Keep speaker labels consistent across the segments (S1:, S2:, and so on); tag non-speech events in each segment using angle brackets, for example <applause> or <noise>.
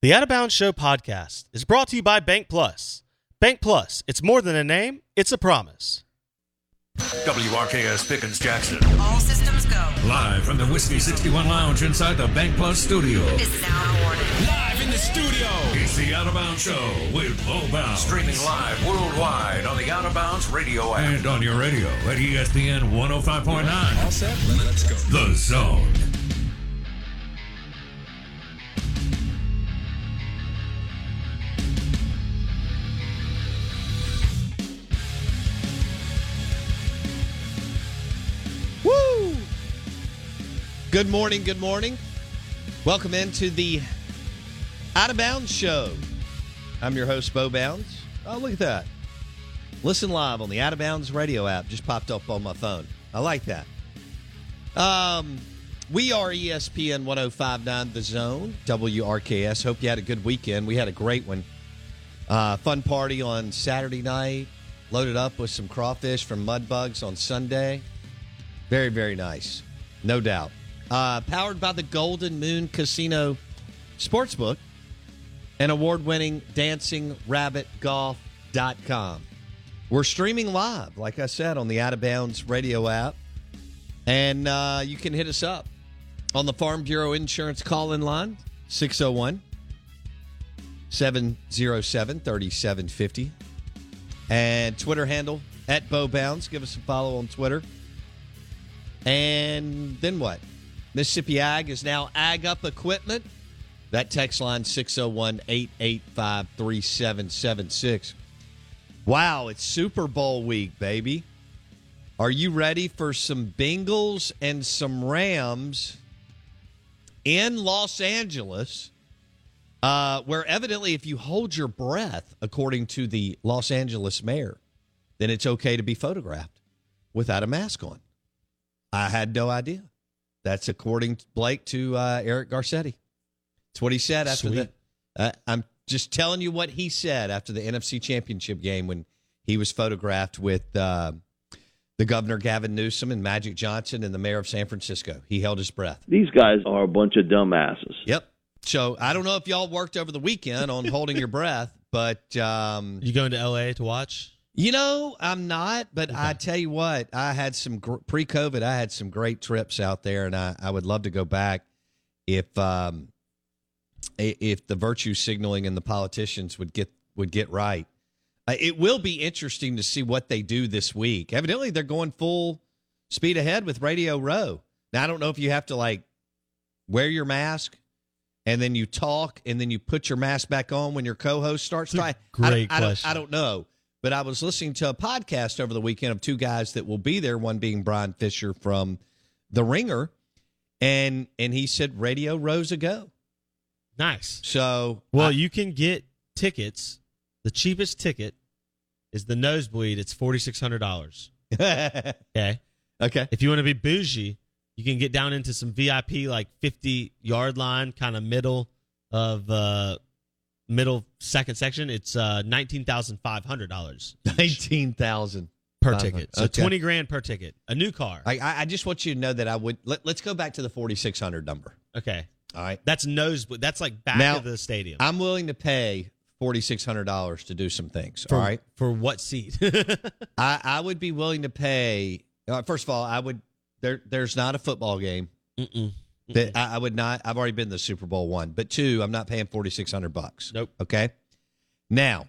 S1: The Out of Bounds Show podcast is brought to you by Bank Plus. Bank Plus, it's more than a name, it's a promise.
S2: WRKS Pickens Jackson.
S3: All systems go.
S2: Live from the Whiskey 61 Lounge inside the Bank Plus studio.
S3: This is now awarded.
S2: Live in the studio. It's the Out of Bounds Show with Low Bounds. Streaming live worldwide on the Out of Bounds radio app. And on your radio at ESPN 105.9.
S4: All set. Let's go.
S2: The Zone.
S5: Woo! Good morning, good morning. Welcome into the Out of Bounds Show. I'm your host, Bo Bounds. Oh, look at that. Listen live on the Out of Bounds radio app. Just popped up on my phone. I like that. Um, we are E ESPN 1059 The Zone, WRKS. Hope you had a good weekend. We had a great one. Uh, fun party on Saturday night. Loaded up with some crawfish from Mudbugs on Sunday. Very, very nice. No doubt. Uh, powered by the Golden Moon Casino Sportsbook and award winning dancingrabbitgolf.com. We're streaming live, like I said, on the Out of Bounds radio app. And uh, you can hit us up on the Farm Bureau Insurance call in line, 601 707 3750. oh. And Twitter handle at Bow Bounds. Give us a follow on Twitter. And then what? Mississippi Ag is now Ag Up Equipment. That text line 601 885 3776. Wow, it's Super Bowl week, baby. Are you ready for some Bengals and some Rams in Los Angeles? Uh, where evidently, if you hold your breath, according to the Los Angeles mayor, then it's okay to be photographed without a mask on. I had no idea. That's according to Blake to uh, Eric Garcetti. It's what he said after Sweet. the. Uh, I'm just telling you what he said after the NFC Championship game when he was photographed with uh, the governor Gavin Newsom and Magic Johnson and the mayor of San Francisco. He held his breath.
S6: These guys are a bunch of dumbasses.
S5: Yep. So I don't know if y'all worked over the weekend on holding your breath, but um,
S1: you going to LA to watch?
S5: You know, I'm not, but okay. I tell you what, I had some gr- pre COVID, I had some great trips out there, and I, I would love to go back if um, if the virtue signaling and the politicians would get would get right. Uh, it will be interesting to see what they do this week. Evidently, they're going full speed ahead with Radio Row. Now, I don't know if you have to like wear your mask and then you talk and then you put your mask back on when your co-host starts. Try.
S1: Great
S5: I, I,
S1: question.
S5: I don't, I don't know but I was listening to a podcast over the weekend of two guys that will be there, one being Brian Fisher from The Ringer, and and he said Radio Rose ago.
S1: Nice.
S5: So
S1: Well, I, you can get tickets. The cheapest ticket is the nosebleed. It's forty six hundred dollars. okay.
S5: <laughs> Okay.
S1: If you want to be bougie, you can get down into some VIP like fifty yard line, kind of middle of uh middle second section, it's uh, nineteen thousand five hundred dollars
S5: nineteen thousand
S1: per ticket. So twenty grand per ticket. A new car.
S5: I, I I just want you to know that I would. Let, let's go back to the forty six hundred number.
S1: Okay,
S5: All right.
S1: that's nose. That's like back
S5: Now-
S1: of the stadium.
S5: I'm willing to pay forty six hundred dollars to do some things.
S1: for,
S5: all right.
S1: For what seat? <laughs>
S5: I, I would be willing to pay. Uh, first of all, I would. There, there's not a football game
S1: Mm-mm.
S5: that I, I would not. I've already been to the Super Bowl one, but two, I'm not paying forty six hundred bucks.
S1: Nope.
S5: Okay. Now, are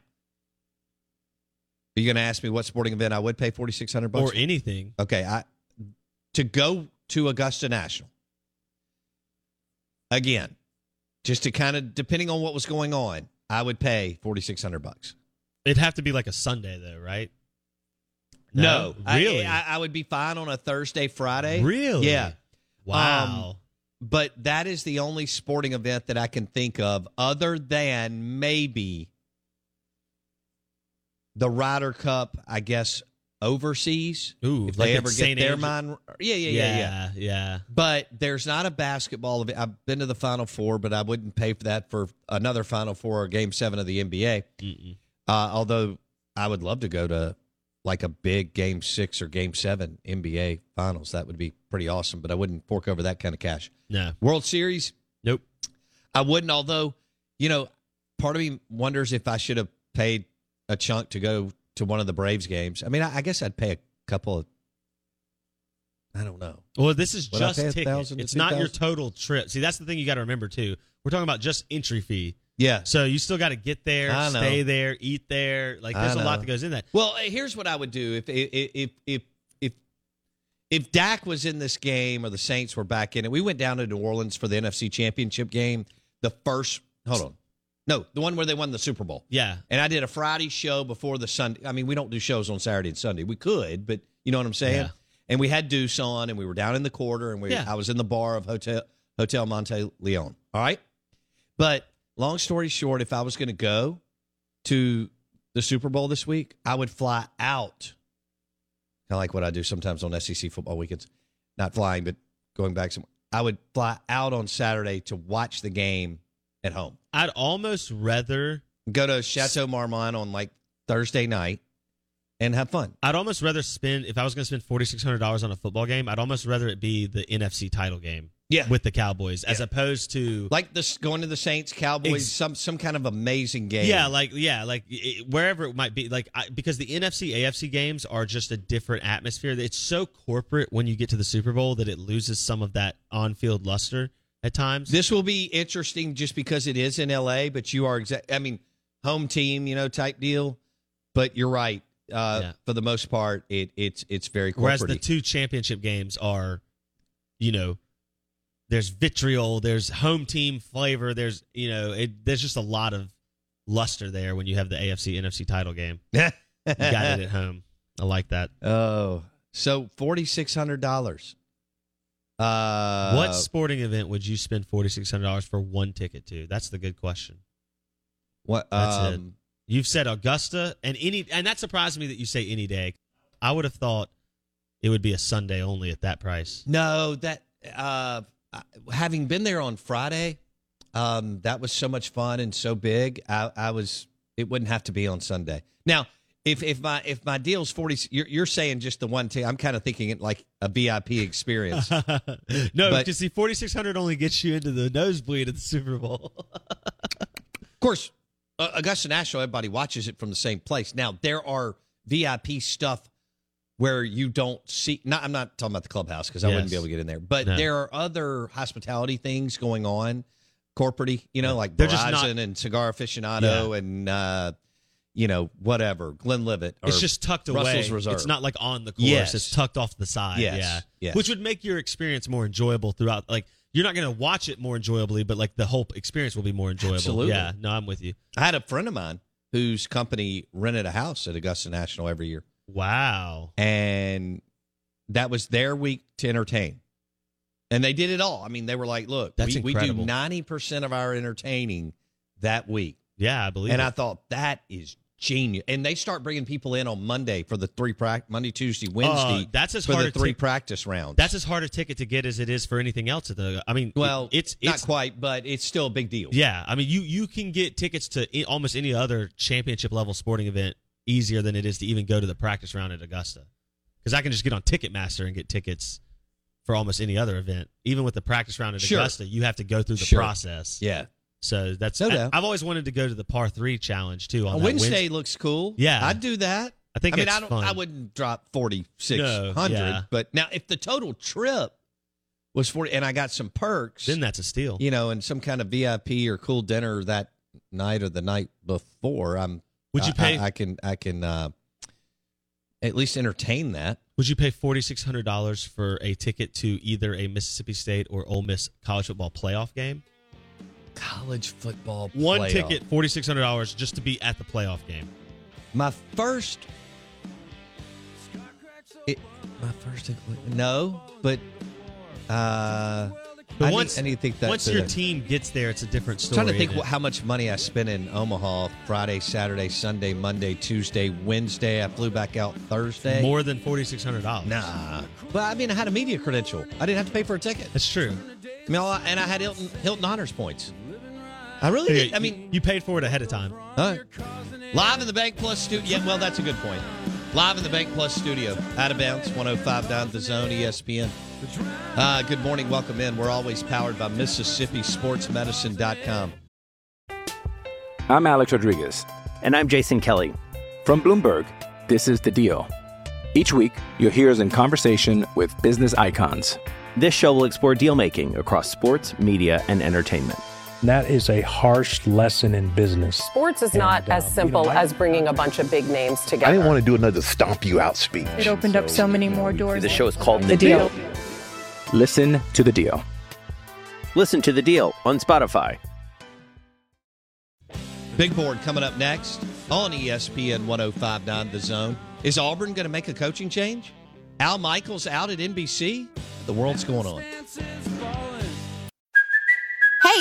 S5: you going to ask me what sporting event I would pay forty six hundred bucks?
S1: Or anything.
S5: Okay, I to go to Augusta National again, just to kind of depending on what was going on, I would pay forty six hundred bucks.
S1: It'd have to be like a Sunday though, right?
S5: No, I-
S1: really.
S5: I, I, would be fine on a Thursday, Friday.
S1: Really?
S5: Yeah.
S1: wow.
S5: Um, but that is the only sporting event that I can think of, other than maybe the Ryder Cup. I guess overseas.
S1: Ooh,
S5: if
S1: like
S5: they
S1: at
S5: ever get
S1: St.
S5: their
S1: Andrew-
S5: mind, yeah, yeah, yeah, yeah,
S1: yeah, yeah.
S5: But there's not a basketball event. I've been to the Final Four, but I wouldn't pay for that for another Final Four or Game Seven of the NBA.
S1: Mm-mm.
S5: Uh, although I would love to go to like a big game six or game seven NBA finals. That would be pretty awesome, but I wouldn't fork over that kind of cash.
S1: No.
S5: World Series,
S1: Nope.
S5: I wouldn't, although, you know, part of me wonders if I should have paid a chunk to go to one of the Braves games. I mean, I, I guess I'd pay a couple of, I don't know.
S1: Well, this is
S5: Would I
S1: just
S5: pay a
S1: ticket.
S5: thousand to
S1: It's not
S5: 2,000?
S1: your total trip. See, that's the thing you got to remember too. We're talking about just entry fee.
S5: Yeah.
S1: So you still got to get there,
S5: I know.
S1: stay there, eat there. Like
S5: I
S1: there's a lot
S5: know.
S1: that goes in that.
S5: Well, uh, here's what I would do if if if if if, if Dak was in this game or the Saints were back in it. We went down to New Orleans for the NFC Championship game, the first. Hold on, no, the one where they won the Super Bowl.
S1: Yeah.
S5: And I did a Friday show before the Sunday. I mean, we don't do shows on Saturday and Sunday. We could, but you know what I'm saying.
S1: Yeah.
S5: And we had Deuce on, and we were down in the quarter, and we
S1: Yeah.
S5: I was in the bar of hotel Hotel Monte Leon. All right, but long story short, if I was going to go to the Super Bowl this week, I would fly out. Kind of like what I do sometimes on SEC football weekends. Not flying, but going back somewhere. I would fly out on Saturday to watch the game at home.
S1: I'd almost rather.
S5: Go to Chateau Marmont on like Thursday night and have fun.
S1: I'd almost rather spend if I was going to spend forty six hundred dollars on a football game. I'd almost rather it be the NFC title game.
S5: Yeah.
S1: With the Cowboys, as opposed to
S5: Like this going to the Saints, Cowboys,
S1: Ex-
S5: some some kind of amazing game.
S1: Yeah, like yeah, like it, wherever it might be, like I, because the NFC AFC games are just a different atmosphere. It's so corporate when you get to the Super Bowl that it loses some of that on-field luster at times.
S5: This will be interesting just because it is in LA, but you are exact. I mean, home team, you know, type deal. But you're right. Uh,
S1: Yeah.
S5: For the most part, it it's it's very
S1: Whereas the
S5: corporate.
S1: two championship games are, you know, there's vitriol, there's home team flavor, there's you know, it, there's just a lot of luster there when you have the AFC NFC title game. You got it at home. I like that.
S5: <laughs> oh, so forty six hundred dollars. Uh,
S1: what sporting event would you spend forty six hundred dollars for one ticket to? That's the good question.
S5: What?
S1: That's it.
S5: um,
S1: You've said Augusta and any and that surprised me that
S5: <laughs>
S1: you say any day. I would have thought it would be a Sunday only at that price.
S5: No, that uh, I- having been there on Friday, um, that was so much fun and so big. I, I was it wouldn't have to be on Sunday. Now, if if my if my deal's forty, you're, you're saying just the one team. I'm kind of thinking it like a VIP experience.
S1: no,
S5: But-
S1: because see forty six hundred only gets you into the nosebleed at the
S5: <laughs>
S1: Super Bowl.
S5: Of course, uh, Augusta National, everybody watches it from the same place. Now, there are VIP stuff where you don't see. Not, I'm not talking about the clubhouse because I wouldn't
S1: Yes.
S5: be able to get in there, but
S1: No.
S5: there are other hospitality things going on, corporate you know, like
S1: They're
S5: Verizon
S1: just not-
S5: and Cigar Aficionado and, uh, you know, whatever, Glenlivet. Or,
S1: it's just tucked away.
S5: Russell's Reserve.
S1: It's not like on the course.
S5: Yes.
S1: It's tucked off to the side.
S5: Yes.
S1: Yeah.
S5: Yes.
S1: Which would make your experience more enjoyable throughout. Like you're not going to watch it more enjoyably, but like the whole experience will be more enjoyable.
S5: Absolutely.
S1: Yeah. No, I'm with you.
S5: I had a friend of mine whose company rented a house at Augusta National every year.
S1: Wow.
S5: and that was their week to entertain. And they did it all. I mean, they were like, look,
S1: That's
S5: we, we do
S1: incredible.
S5: 90% of our entertaining that week.
S1: Yeah, I believe.
S5: And
S1: it.
S5: I thought, that is genius. And they start bringing people in on Monday for the three practice, Monday, Tuesday, Wednesday.
S7: Uh, that's as
S5: for
S7: hard
S5: the
S7: a
S5: three
S7: tic-
S5: practice rounds.
S7: That's as hard a ticket to get as it is for anything else. At the, I mean,
S5: well,
S7: it's
S5: not
S7: it's
S5: quite, but it's still a big deal.
S7: Yeah, I mean, you you can get tickets to i- almost any other championship level sporting event easier than it is to even go to the practice round at Augusta, because I can just get on Ticketmaster and get tickets for almost any other event. Even with the practice round at
S5: Sure.
S7: Augusta, you have to go through the
S5: Sure.
S7: process.
S5: Yeah.
S7: So that's
S5: No
S7: I,
S5: doubt.
S7: have always wanted to go to the par three challenge too. On that
S5: Wednesday, looks cool.
S7: Yeah.
S5: I'd do that.
S7: I think
S5: I mean,
S7: it's
S5: I don't.
S7: fun.
S5: I wouldn't drop forty six hundred,
S7: No, yeah.
S5: but now if the total trip was forty, and I got some perks,
S7: then that's a steal.
S5: you know, and some kind of VIP or cool dinner that night or the night before. I'm.
S7: Would you
S5: I- I-
S7: pay-
S5: I, can. I can. Uh, at least entertain that.
S7: Would you pay forty six hundred dollars for a ticket to either a Mississippi State or Ole Miss college football playoff game?
S5: College football.
S7: One
S5: playoff.
S7: ticket, forty six hundred dollars, just to be at the playoff game.
S5: My first. It, my first. No, but. Uh,
S7: But
S5: I
S7: once-
S5: need, I need to think that
S7: once
S5: through.
S7: your team gets there, it's a different story.
S5: I'm trying to think
S7: isn't
S5: wh-
S7: it?
S5: how much money I spent in Omaha Friday, Saturday, Sunday, Monday, Tuesday, Wednesday. I flew back out Thursday.
S7: more than forty six hundred dollars.
S5: Nah. Well, I mean, I had a media credential. I didn't have to pay for a ticket.
S7: that's true.
S5: I mean, all I- and I had Hilton, Hilton Honors points. I really
S7: Yeah,
S5: did. I
S7: you-
S5: mean,
S7: you paid for it ahead of time.
S5: huh? live in the Bank Plus studio. Yeah, well, that's a good point. Live in the Bank Plus studio. Out of bounds, 105 down the zone, E ESPN. Uh, good morning. Welcome in. We're always powered by MississippiSportsMedicine.com.
S8: I'm Alex Rodriguez.
S9: And I'm Jason Kelly.
S8: From Bloomberg, this is The Deal. Each week, you'll hear us in conversation with business icons.
S9: This show will explore deal making across sports, media, and entertainment.
S10: And that is a harsh lesson in business.
S11: Sports is not as simple as bringing a bunch of big names together.
S12: I didn't want to do another stomp you out speech.
S13: It opened up so many more doors.
S12: The
S9: show is called
S13: The Deal.
S8: Listen to The Deal.
S9: Listen to the deal on Spotify.
S5: Big board coming up next on E ESPN 1059 The Zone. Is Auburn going to make a coaching change? Al Michaels out at NBC? The world's going on.
S14: Hey,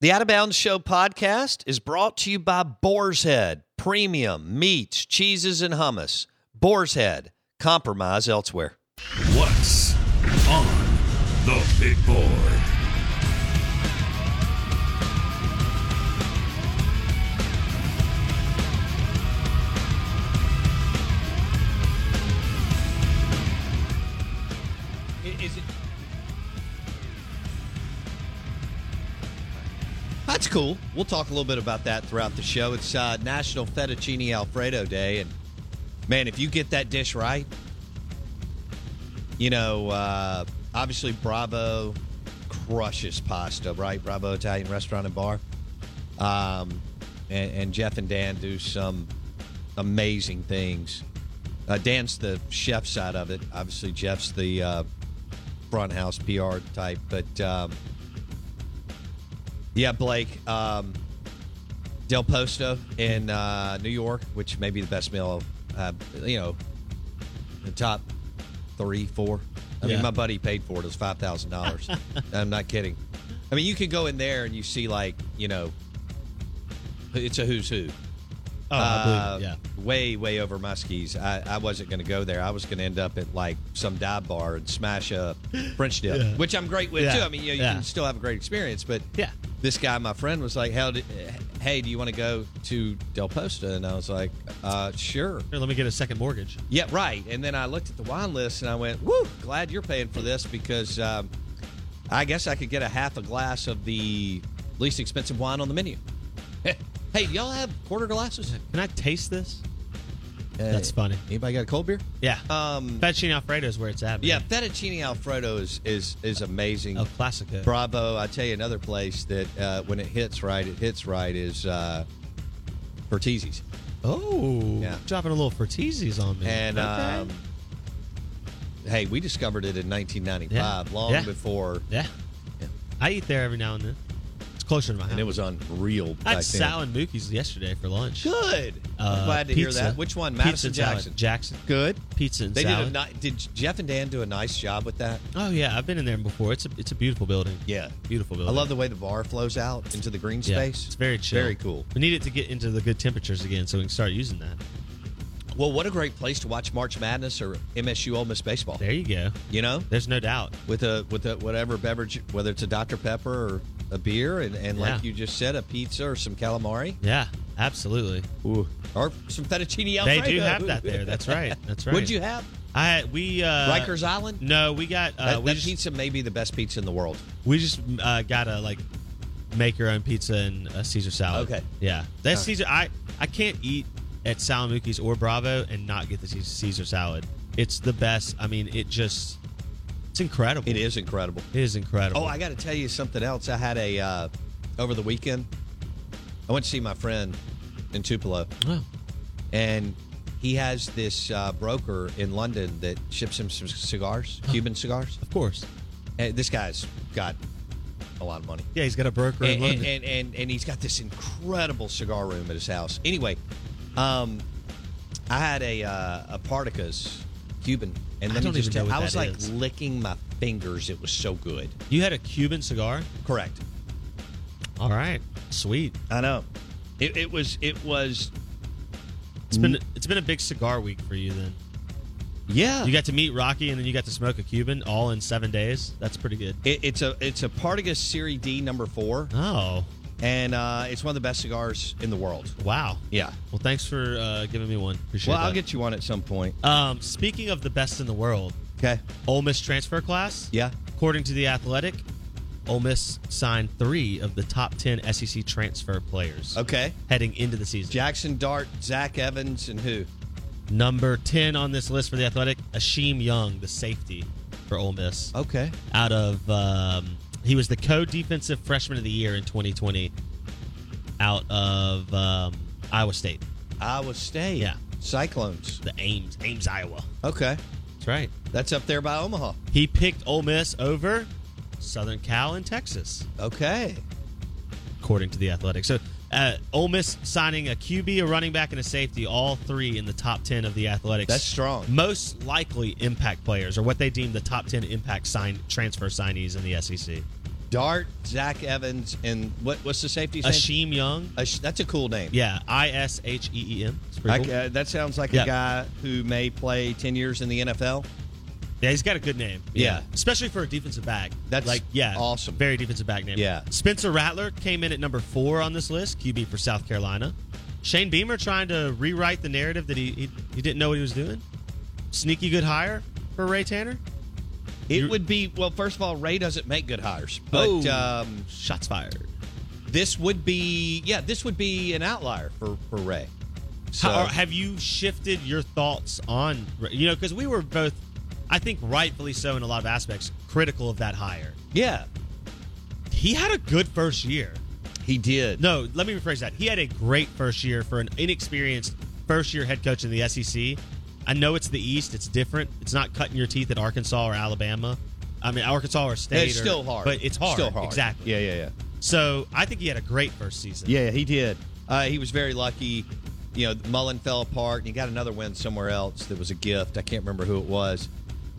S5: The Out of Bounds Show podcast is brought to you by Boar's Head Premium Meats, Cheeses, and Hummus. Boar's Head. Compromise elsewhere.
S15: What's on the big board?
S5: Is it? That's cool. We'll talk a little bit about that throughout the show. It's uh, National Fettuccine Alfredo Day, and man, if you get that dish right, you know, uh, obviously Bravo crushes pasta, right? Bravo Italian Restaurant and Bar, um, and, and Jeff and Dan do some amazing things. Uh, Dan's the chef side of it. Obviously, Jeff's the uh, front house PR type, but. Um, yeah, Blake. Um, Del Posto in uh, New York, which may be the best meal, uh, you know, the top three, four. I
S7: Yeah.
S5: mean, my buddy paid for it. It was five
S7: <laughs>
S5: thousand dollars. I'm not kidding. I mean, you could go in there and you see like you know, it's a who's who.
S7: Oh, I believe it,
S5: yeah. Way, way over my skis. I, I wasn't going to go there. I was going to end up at like some dive bar and smash a French dip,
S7: Yeah.
S5: which I'm great with
S7: Yeah.
S5: too. I mean, you, know, you
S7: Yeah.
S5: can still have a great experience, but
S7: Yeah.
S5: this guy, my friend, was like, "How? Did, hey, do you want to go to Del Posta?" And I was like, uh, "Sure."
S7: Here, let me get a second mortgage.
S5: Yeah, right. And then I looked at the wine list and I went, "Woo! Glad you're paying for this because um, I guess I could get a half a glass of the least expensive wine on the menu." <laughs> hey, do y'all have quarter glasses?
S7: Can I taste this? That's funny.
S5: Anybody got a cold beer?
S7: Yeah.
S5: Um,
S7: Fettuccine Alfredo is where it's at. man. Oh,
S5: yeah, fettuccine alfredo is is is amazing.
S7: El Clasico.
S5: Bravo. I tell you another place that uh, when it hits right, it hits right is uh, Bertizzi's.
S9: Oh, dropping a little Fertizzi's on me.
S5: And um, hey, we discovered it in 1995, long
S9: Yeah.
S5: before.
S9: Yeah. I eat there every now and then. It's closer to my house.
S5: And it was unreal.
S9: I
S5: back
S9: had
S5: then.
S9: Sal and Mookie's yesterday for lunch. Uh,
S5: Good. I'm glad to hear that. Which one?
S9: Pizza
S5: Madison
S9: and salad.
S5: Jackson.
S9: Jackson.
S5: Good.
S9: Pizza and
S5: They
S9: salad.
S5: did a ni- did Jeff and Dan do a nice job with that?
S9: oh yeah, I've been in there before. It's a it's a beautiful building.
S5: Yeah,
S9: beautiful
S5: I
S9: building.
S5: love the way the bar flows out into the green
S9: Yeah,
S5: space.
S9: It's very chill.
S5: Very cool.
S9: We need it to get into the good temperatures again, so we can start using that.
S5: Well, what a great place to watch March Madness or MSU Ole Miss baseball. There
S9: you go.
S5: You know,
S9: there's no doubt
S5: with a with a whatever beverage, whether it's a Dr Pepper or a beer, and, and like
S9: Yeah.
S5: you just said, a pizza or some calamari.
S9: Yeah, absolutely.
S5: Or some fettuccine
S9: They
S5: alfredo.
S9: do have that there. That's
S5: <laughs>
S9: right. That's right.
S5: What'd you have?
S9: I had- we uh,
S5: Rikers Island.
S9: No, we got uh,
S5: that,
S9: we
S5: that
S9: just,
S5: pizza may be the best pizza in the world.
S9: we just uh, gotta like make your own pizza and a Caesar salad.
S5: Okay.
S9: Yeah,
S5: All right.
S9: that's Caesar. I I can't eat at Salamuki's or Bravo and not get the Caesar- Caesar salad. It's the best. I mean, it just it's incredible. It
S5: is incredible.
S9: It is incredible.
S5: Oh, I got to tell you something else. I had a uh, over the weekend. I went to see my friend in Tupelo.
S9: Oh.
S5: And he has this uh, broker in London that ships him some cigars, Cuban cigars.
S9: Of course.
S5: And this guy's got a lot of money.
S9: yeah, he's got a broker in
S5: And,
S9: London.
S5: and, and, and, and he's got this incredible cigar room at his house. Anyway, um, I had a uh, a Partakas Cuban, and
S9: I
S5: let me
S9: don't
S5: just
S9: even
S5: tell
S9: know
S5: you,
S9: what
S5: I
S9: that is.
S5: was like licking my fingers. It was so good.
S9: you had a Cuban cigar.
S5: Correct.
S9: All right. Sweet.
S5: I know. It, it was. It was.
S9: It's been it's been a big cigar week for you then.
S5: Yeah.
S9: You got to meet Rocky and then you got to smoke a Cuban all in seven days. That's pretty good.
S5: It, it's a it's a Partagas Series D number four.
S9: Oh.
S5: And uh, it's one of the best cigars in the world.
S9: Wow.
S5: Yeah.
S9: Well, thanks for uh, giving me one. Appreciate
S5: well,
S9: that.
S5: I'll get you one at some point.
S9: Um, speaking of the best in the world,
S5: okay.
S9: Ole Miss transfer class.
S5: Yeah.
S9: According to the Athletic, Ole Miss signed three of the top ten SEC transfer players.
S5: Okay.
S9: Heading into the season,
S5: Jackson Dart, Zach Evans, and who?
S9: number ten on this list for the Athletic, Ashim Young, the safety for Ole Miss.
S5: Okay.
S9: Out of um, he was the co-defensive freshman of the year in 2020, out of um, Iowa State,
S5: Iowa State.
S9: Yeah.
S5: Cyclones.
S9: the Ames, Ames, Iowa.
S5: Okay.
S9: That's right.
S5: That's up there by Omaha.
S9: He picked Ole Miss over Southern Cal and Texas,
S5: Okay.
S9: according to the Athletic. So, uh, Ole Miss signing a QB, a running back, and a safety, all three in the top ten of the Athletics.
S5: That's strong.
S9: Most likely impact players, or what they deem the top ten impact sign transfer signees in the E SEC.
S5: Dart, Zach Evans, and what? What's the safety's name?
S9: Ashim Young,
S5: Ash- that's a cool name.
S9: yeah, I S H E E M. It's pretty
S5: I-
S9: cool.
S5: uh, that sounds like
S9: Yeah.
S5: a guy who may play 10 years in the NFL.
S9: Yeah, he's got a good name.
S5: Yeah.
S9: especially for a defensive back.
S5: That's
S9: like yeah,
S5: awesome.
S9: Very defensive back name.
S5: Yeah.
S9: Spencer Rattler came in at number four on this list, QB for South Carolina. Shane Beamer trying to rewrite the narrative that he he, he didn't know what he was doing. Sneaky good hire for Ray Tanner.
S5: It
S9: You-
S5: would be, well, first of all, Ray doesn't make good hires, but
S9: Oh.
S5: um,
S9: Shots fired.
S5: this would be, yeah, this would be an outlier for, for Ray. So,
S9: How, or have you shifted your thoughts on you know because we were both, I think rightfully so in a lot of aspects, critical of that hire.
S5: yeah,
S9: He had a good first year.
S5: he did.
S9: No, let me rephrase that. He had a great first year for an inexperienced first year head coach in the SEC. I know it's the East, it's different. It's not cutting your teeth at Arkansas or Alabama. I mean, Arkansas or State.
S5: it's
S9: or-
S5: still hard.
S9: But it's hard.
S5: Still hard.
S9: Exactly.
S5: Yeah, yeah, yeah.
S9: So I think he had a great first season.
S5: Yeah, he did. Uh, he was very lucky. You know, Mullen fell apart, and he got another win somewhere else that was a gift. I can't remember who it was.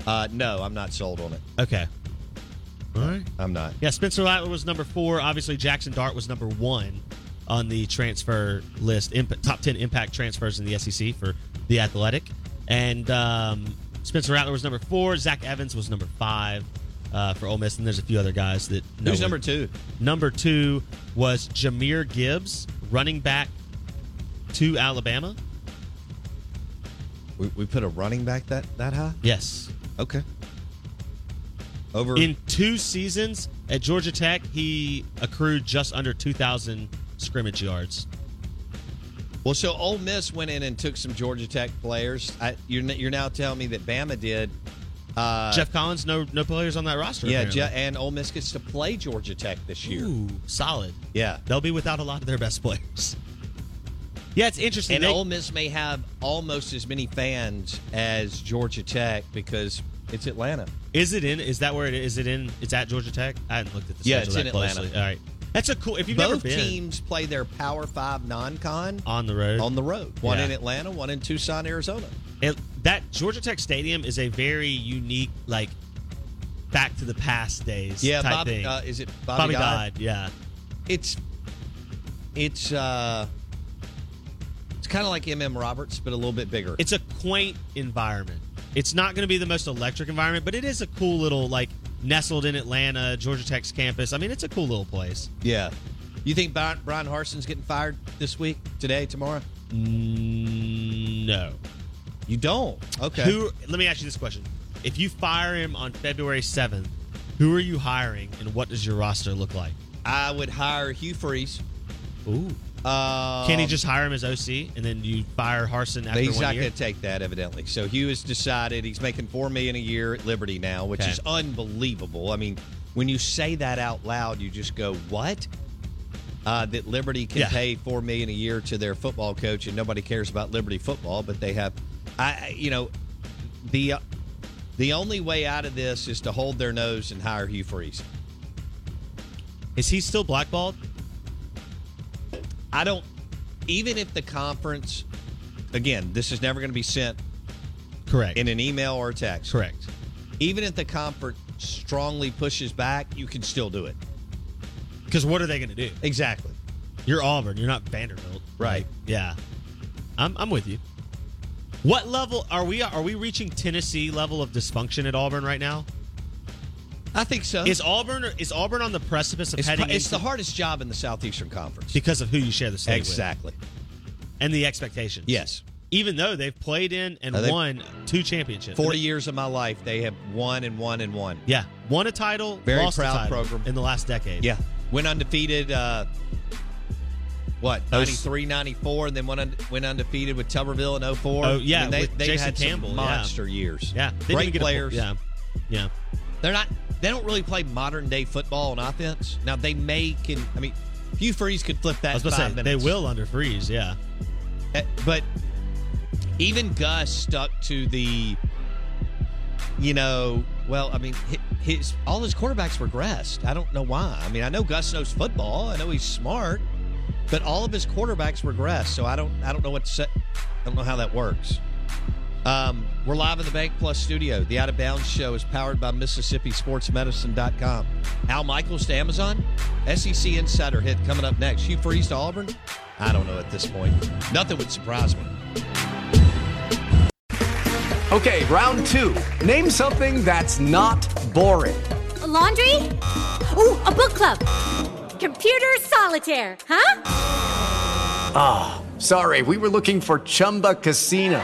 S5: Uh, no, I'm not sold on it.
S9: Okay. All right.
S5: I'm not.
S9: Yeah, Spencer Rattler was number four. Obviously, Jackson Dart was number one on the transfer list, imp- top 10 impact transfers in the SEC for the Athletic. And um, Spencer Rattler was number four. Zach Evans was number five uh, for Ole Miss. And there's a few other guys that. no
S5: Who's
S9: one-
S5: number two?
S9: Number two was Jameer Gibbs, running back to Alabama.
S5: We, we put a running back that that high.
S9: Yes.
S5: Okay. Over
S9: In two seasons at Georgia Tech, he accrued just under 2,000 scrimmage yards.
S5: well, so Ole Miss went in and took some Georgia Tech players. I, you're n- you're now telling me that Bama did. Uh,
S9: Jeff Collins, no no players on that roster.
S5: yeah,
S9: apparently.
S5: Je- and Ole Miss gets to play Georgia Tech this year.
S9: Ooh, solid.
S5: Yeah,
S9: They'll be without a lot of their best players.
S1: Yeah, it's interesting.
S5: And
S1: They-
S5: Ole Miss may have almost as many fans as Georgia Tech because it's Atlanta.
S1: Is it in? Is that where it is? Is it in? It's at Georgia Tech. I hadn't looked at the
S5: Yeah,
S1: schedule
S5: it's
S1: that
S5: in Atlanta.
S1: closely. All right, that's a cool. If you've never
S5: Both
S1: been
S5: teams play their Power Five non-con
S1: on the road,
S5: on the road. One
S1: Uh, Yeah.
S5: in Atlanta, one in Tucson, Arizona.
S1: It, that Georgia Tech Stadium is a very unique, like back to the past days.
S5: Yeah,
S1: type
S5: Bobby-
S1: thing.
S5: uh, is it Bobby Dodd?
S1: Yeah,
S5: It's it's uh it's kind of like MM Roberts, but a little bit bigger.
S1: it's a quaint environment. It's not going to be the most electric environment, but it is a cool little like nestled in Atlanta, Georgia Tech's campus. I mean, it's a cool little place.
S5: yeah. You think Brian, Brian Harson's getting fired this week, today, tomorrow?
S1: Mm, No.
S5: You don't. Okay.
S1: Who? Let me ask you this question: If you fire him on February seventh, who are you hiring, and what does your roster look like?
S5: I would hire Hugh Freeze.
S1: Ooh.
S5: Um,
S1: Can he just hire him as OC, and then you fire Harson after
S5: He's
S1: one
S5: not
S1: year?
S5: going to take that, evidently. So Hugh has decided he's making four million a year at Liberty now, which
S1: Okay.
S5: is unbelievable. I mean, when you say that out loud, you just go, "What?" Uh, that Liberty can
S1: Yeah.
S5: pay four million a year to their football coach, and nobody cares about Liberty football, but they have, I, I- you know, the uh, the only way out of this is to hold their nose and hire Hugh Freeze.
S1: Is he still blackballed?
S5: I don't. Even if the conference, again, this is never going to be sent
S1: Correct.
S5: in an email or a text.
S1: Correct.
S5: Even if the conference strongly pushes back, you can still do it.
S1: Because what are they going to do?
S5: Exactly.
S1: You're Auburn. You're not Vanderbilt.
S5: Right.
S1: Yeah. I'm, I'm with you. What level are we? Are we reaching Tennessee level of dysfunction at Auburn right now?
S5: I think so.
S1: Is Auburn is Auburn on the precipice of
S5: It's,
S1: heading?
S5: it's the
S1: into-
S5: hardest job in the Southeastern Conference.
S1: because of who you share the stage
S5: Exactly.
S1: with and the expectations.
S5: Yes.
S1: Even though they've played in and
S5: Uh, they-
S1: won two championships.
S5: Forty years of my life, they have won and won and won.
S1: Yeah. Won a title.
S5: Very
S1: lost a
S5: proud
S1: title
S5: program.
S1: in the last decade.
S5: Yeah. Went undefeated, uh, what,
S1: Oh,
S5: 93, 94, and then went, un- went undefeated with Tuberville in 04.
S1: Oh yeah.
S5: And they,
S1: with
S5: they've
S1: Jason
S5: had some
S1: Campbell. yeah.
S5: monster years.
S1: Yeah. They didn't
S5: Great
S1: get a-
S5: players.
S1: yeah. Yeah.
S5: They're not. They don't really play modern day football on offense. Now they may can. I mean, Hugh Freeze could flip that.
S1: I was
S5: in
S1: about to
S5: five
S1: say
S5: minutes.
S1: they will under freeze. Yeah.
S5: Uh, But even Gus stuck to the. You know, well, I mean, hi- his all his quarterbacks regressed. I don't know why. I mean, I know Gus knows football. I know he's smart, but all of his quarterbacks regress. So I don't. I don't know what. Set, I don't know how that works. Um, we're live in the Bank Plus studio. The Out of Bounds show is powered by MississippiSportsMedicine.com. Al Michaels to Amazon. SEC Insider hit coming up next. Hugh Freeze to Auburn. I don't know at this point. Nothing would surprise me.
S16: Okay, round two. Name something that's not boring.
S17: A laundry? Ooh, a book club. Computer solitaire, huh?
S16: Ah, sorry, we were looking for Chumba Casino.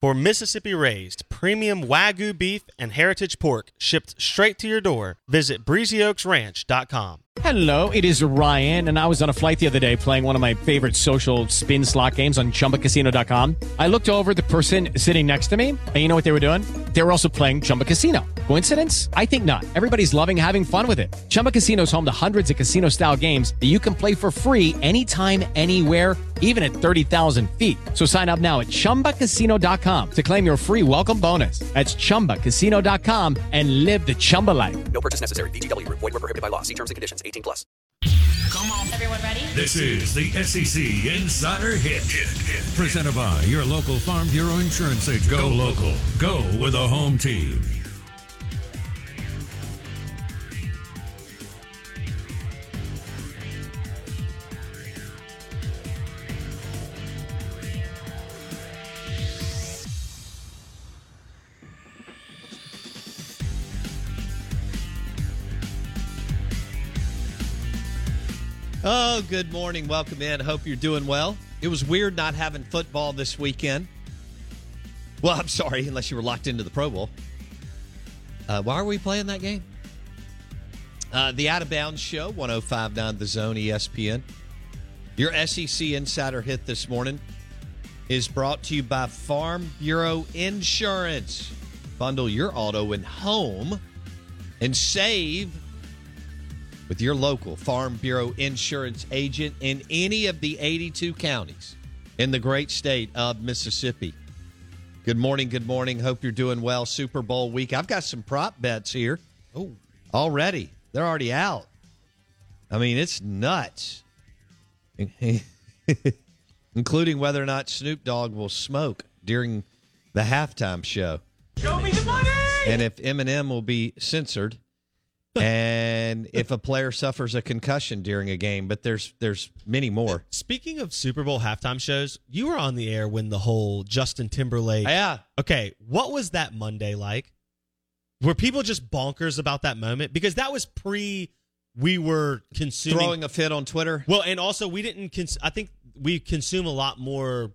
S1: For Mississippi raised premium Wagyu beef and heritage pork shipped straight to your door, visit breezyoaksranch.com.
S18: Hello, it is Ryan, and I was on a flight the other day playing one of my favorite social spin slot games on chumbacasino.com. I looked over at the person sitting next to me, and you know what they were doing? They were also playing Chumba Casino. Coincidence? I think not. Everybody's loving having fun with it. Chumba Casino is home to hundreds of casino style games that you can play for free anytime, anywhere, even at 30,000 feet. So sign up now at chumbacasino.com to claim your free welcome bonus. That's chumbacasino.com and live the Chumba life.
S16: No purchase necessary. BGW. Void were prohibited by law. See terms and conditions. 18 plus.
S19: Come on. Everyone ready?
S2: This is the SEC Insider Hit. Presented by your local Farm Bureau Insurance Agent. Go local. Go with a home team.
S5: Oh, good morning. Welcome in. Hope you're doing well. It was weird not having football this weekend. Well, I'm sorry, unless you were locked into the Pro Bowl. Uh, why are we playing that game? Uh, the Out of Bounds Show, 1059 The Zone, E ESPN. Your SEC Insider hit this morning is brought to you by Farm Bureau Insurance. Bundle your auto and home and save with your local Farm Bureau Insurance agent in any of the 82 counties in the great state of Mississippi. Good morning. Good morning. Hope you're doing well. Super Bowl week. I've got some prop bets here.
S1: Oh,
S5: already they're already out. I mean, it's nuts, <laughs> including whether or not Snoop Dogg will smoke during the halftime show,
S2: Show me the money.
S5: and if Eminem will be <laughs> censored, and if a player suffers a concussion during a game. But there's there's many more.
S1: Speaking of Super Bowl halftime shows, you were on the air when the whole Justin Timberlake.
S5: Yeah.
S1: Okay, what was that Monday like? Were people just bonkers about that moment? Because that was pre we were consuming
S5: Throwing a fit on Twitter.
S1: Well, and also we didn't. Cons- I think we consume a lot more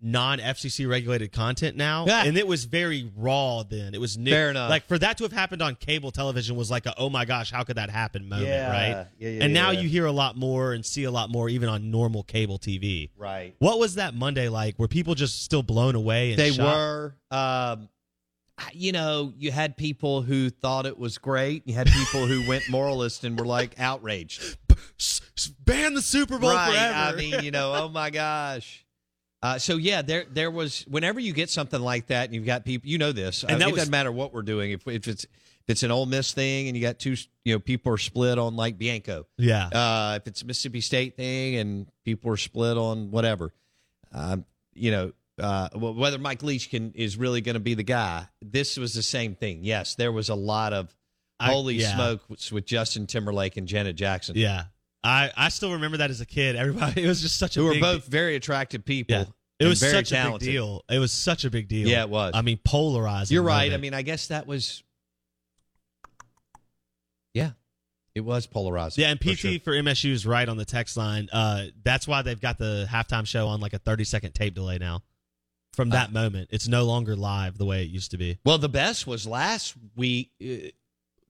S1: non FCC regulated content now,
S5: Yeah.
S1: and it was very raw then. It was new.
S5: Fair enough.
S1: Like for that to have happened on cable television was like a oh my gosh, how could that happen moment,
S5: Yeah.
S1: right?
S5: Yeah, yeah,
S1: and now
S5: yeah.
S1: you hear a lot more and see a lot more even on normal cable TV.
S5: Right.
S1: What was that Monday like? Were people just still blown away? And
S5: they
S1: shocked?
S5: were um you know you had people who thought it was great you had people who went moralist and were like outraged
S1: ban the Super Bowl
S5: right
S1: forever.
S5: i mean you know oh my gosh uh, so yeah, there there was whenever you get something like that, and you've got people, you know this.
S1: And
S5: uh,
S1: that
S5: it
S1: was-
S5: doesn't matter what we're doing. If, if it's if it's an Ole Miss thing, and you got two, you know, people are split on like Bianco.
S1: <laughs> Yeah.
S5: Uh, if it's a Mississippi State thing, and people are split on whatever, um, you know, uh, wh- whether Mike Leach can is really going to be the guy. This was the same thing. Yes, there was a lot of
S1: I-
S5: holy
S1: yeah.
S5: smoke with, with Justin Timberlake and Janet Jackson.
S1: Yeah. I, I still remember that as a kid. Everybody, <laughs> it was just such a
S5: who were
S1: big-
S5: both very attractive people.
S1: Yeah. It
S5: and
S1: was
S5: very
S1: such a
S5: talented.
S1: big deal. It was such a big deal.
S5: Yeah, it was.
S1: I mean, polarizing.
S5: You're right. I
S1: moment.
S5: mean, I guess that was. Yeah, it was polarizing.
S1: yeah, and
S5: for
S1: PT
S5: sure.
S1: for MSU is right on the text line. Uh, that's why they've got the halftime show on like a 30 second tape delay now. From that moment, it's no longer live the way it used to be.
S5: Well, the best was last week, uh,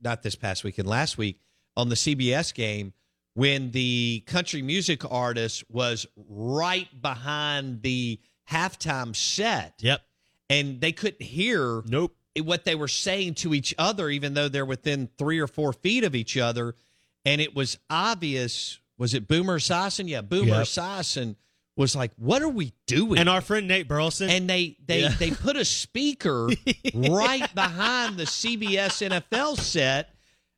S5: not this past weekend, last week on the CBS game when the country music artist was right behind the halftime set.
S1: Yep.
S5: And they couldn't hear
S1: nope
S5: what they were saying to each other, even though they're within three or four feet of each other. And it was obvious. Was it Boomer Sison? Yeah, Boomer
S1: Yep.
S5: Sison was like, "What are we doing?"
S1: And our friend Nate Burleson.
S5: and they they
S1: Yeah.
S5: they put a speaker right behind the CBS NFL set.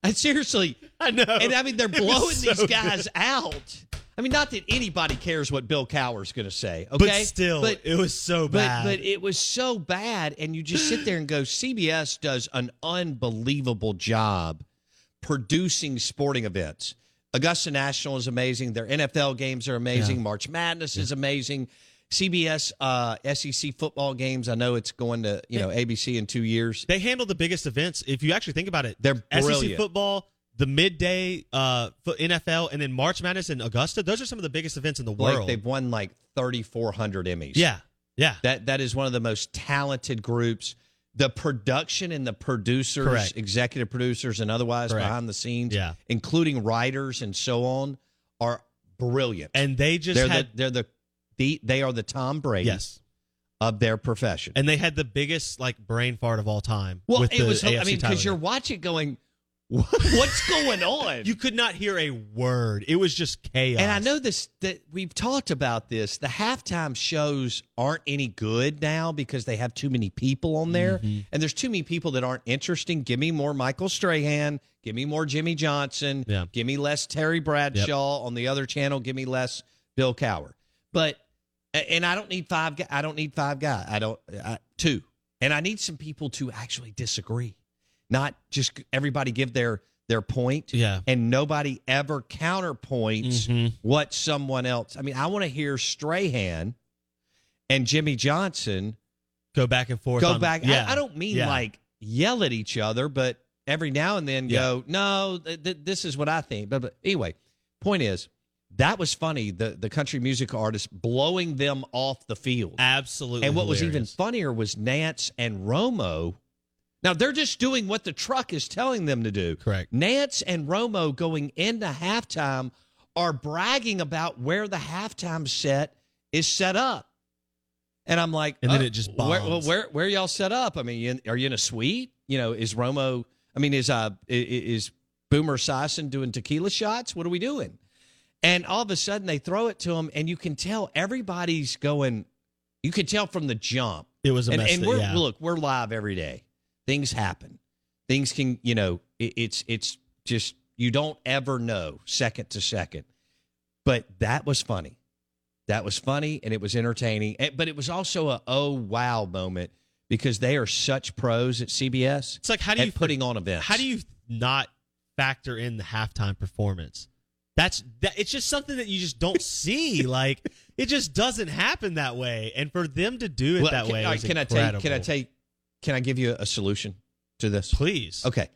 S5: And seriously,
S1: <laughs> I know.
S5: And I mean, they're
S1: Oh, <laughs> It was
S5: blowing
S1: so
S5: these guys
S1: good.
S5: out. I mean, not that anybody cares what Bill Cowher's going to say. Okay,
S1: But still, it was so
S5: but-
S1: bad.
S5: But, it was so bad, and you just sit there and go, CBS does an unbelievable job producing sporting events. Augusta National is amazing. Their NFL games are amazing. March Madness is amazing. CBS uh, SEC football games. I know it's going to you know ABC in two years.
S1: they handle the biggest events. If you actually think about it,
S5: They're
S1: SEC
S5: brilliant.
S1: football, the midday uh, fo- NFL, and then March Madness in Augusta. Those are some of the biggest events in the
S5: Blake,
S1: world.
S5: they've won like thirty four hundred Emmys.
S1: yeah, yeah.
S5: That that is one of the most talented groups. The production and the producers,
S1: Correct.
S5: executive producers and otherwise
S1: Correct.
S5: behind the scenes,
S1: Yeah.
S5: including writers and so on, are brilliant.
S1: And they just
S5: they're
S1: had
S5: the, they're the, the they are the Tom Brady
S1: yes,
S5: of their profession.
S1: and they had the biggest like brain fart of all time.
S5: well,
S1: with
S5: it
S1: the
S5: was I
S1: AFC
S5: mean
S1: title
S5: because you're
S1: game.
S5: watching going, "What- what's
S1: <laughs>
S5: going on?
S1: you could not hear a word. It was just chaos.
S5: And I know this that we've talked about this. The halftime shows aren't any good now because they have too many people on there,
S1: Mm-hmm.
S5: and there's too many people that aren't interesting. Give me more Michael Strahan. Give me more Jimmy Johnson.
S1: Yeah.
S5: Give me less Terry Bradshaw on the other channel. Give me less Bill Cower. But a- and I don't need five. gu- I don't need five guys. I don't I, two. And I need some people to actually disagree, not just everybody give their their point
S1: Yeah.
S5: and nobody ever counterpoints
S1: Mhm.
S5: what someone else. I mean, I want to hear Strahan and Jimmy Johnson
S1: Go back and forth.
S5: go
S1: on-
S5: back.
S1: Yeah.
S5: I, I don't mean
S1: Yeah.
S5: like yell at each other, but every now and then go, no, th- th- this is what I think. But, but anyway, point is that was funny. The the country music artist blowing them off the field.
S1: absolutely.
S5: And what was even
S1: hilarious.
S5: funnier was Nance and Romo Now they're just doing what the truck is telling them to do.
S1: Correct.
S5: Nance and Romo going into halftime are bragging about where the halftime set is set up. And I'm like,
S1: And then
S5: uh,
S1: it just
S5: where, well,
S1: bombs.
S5: where where y'all set up? I mean, you in, are you in a suite? You know, is Romo? I mean, is uh i- i- is Boomer Sison doing tequila shots? What are we doing? And all of a sudden, they throw it to him, and you can tell everybody's going. You can tell from the jump.
S1: It was a
S5: and,
S1: mess
S5: And
S1: that-
S5: we're
S1: yeah.
S5: look, we're live every day. Things happen. Things can, you know, it, it's it's just you don't ever know second to second. But that was funny. That was funny and it was entertaining. Eh, But it was also a oh wow moment because they are such pros at CBS.
S1: It's like how do
S5: at
S1: you
S5: putting on events?
S1: How do you not factor in the halftime performance? That's that. It's just something that you
S5: <laughs>
S1: just don't see. like it just doesn't happen that way. And for them to do it
S5: Well,
S1: that
S5: can,
S1: way,
S5: all right,
S1: was
S5: can I tell you,
S1: incredible.
S5: can I tell you, can I give you a solution to this?
S1: Please.
S5: Okay.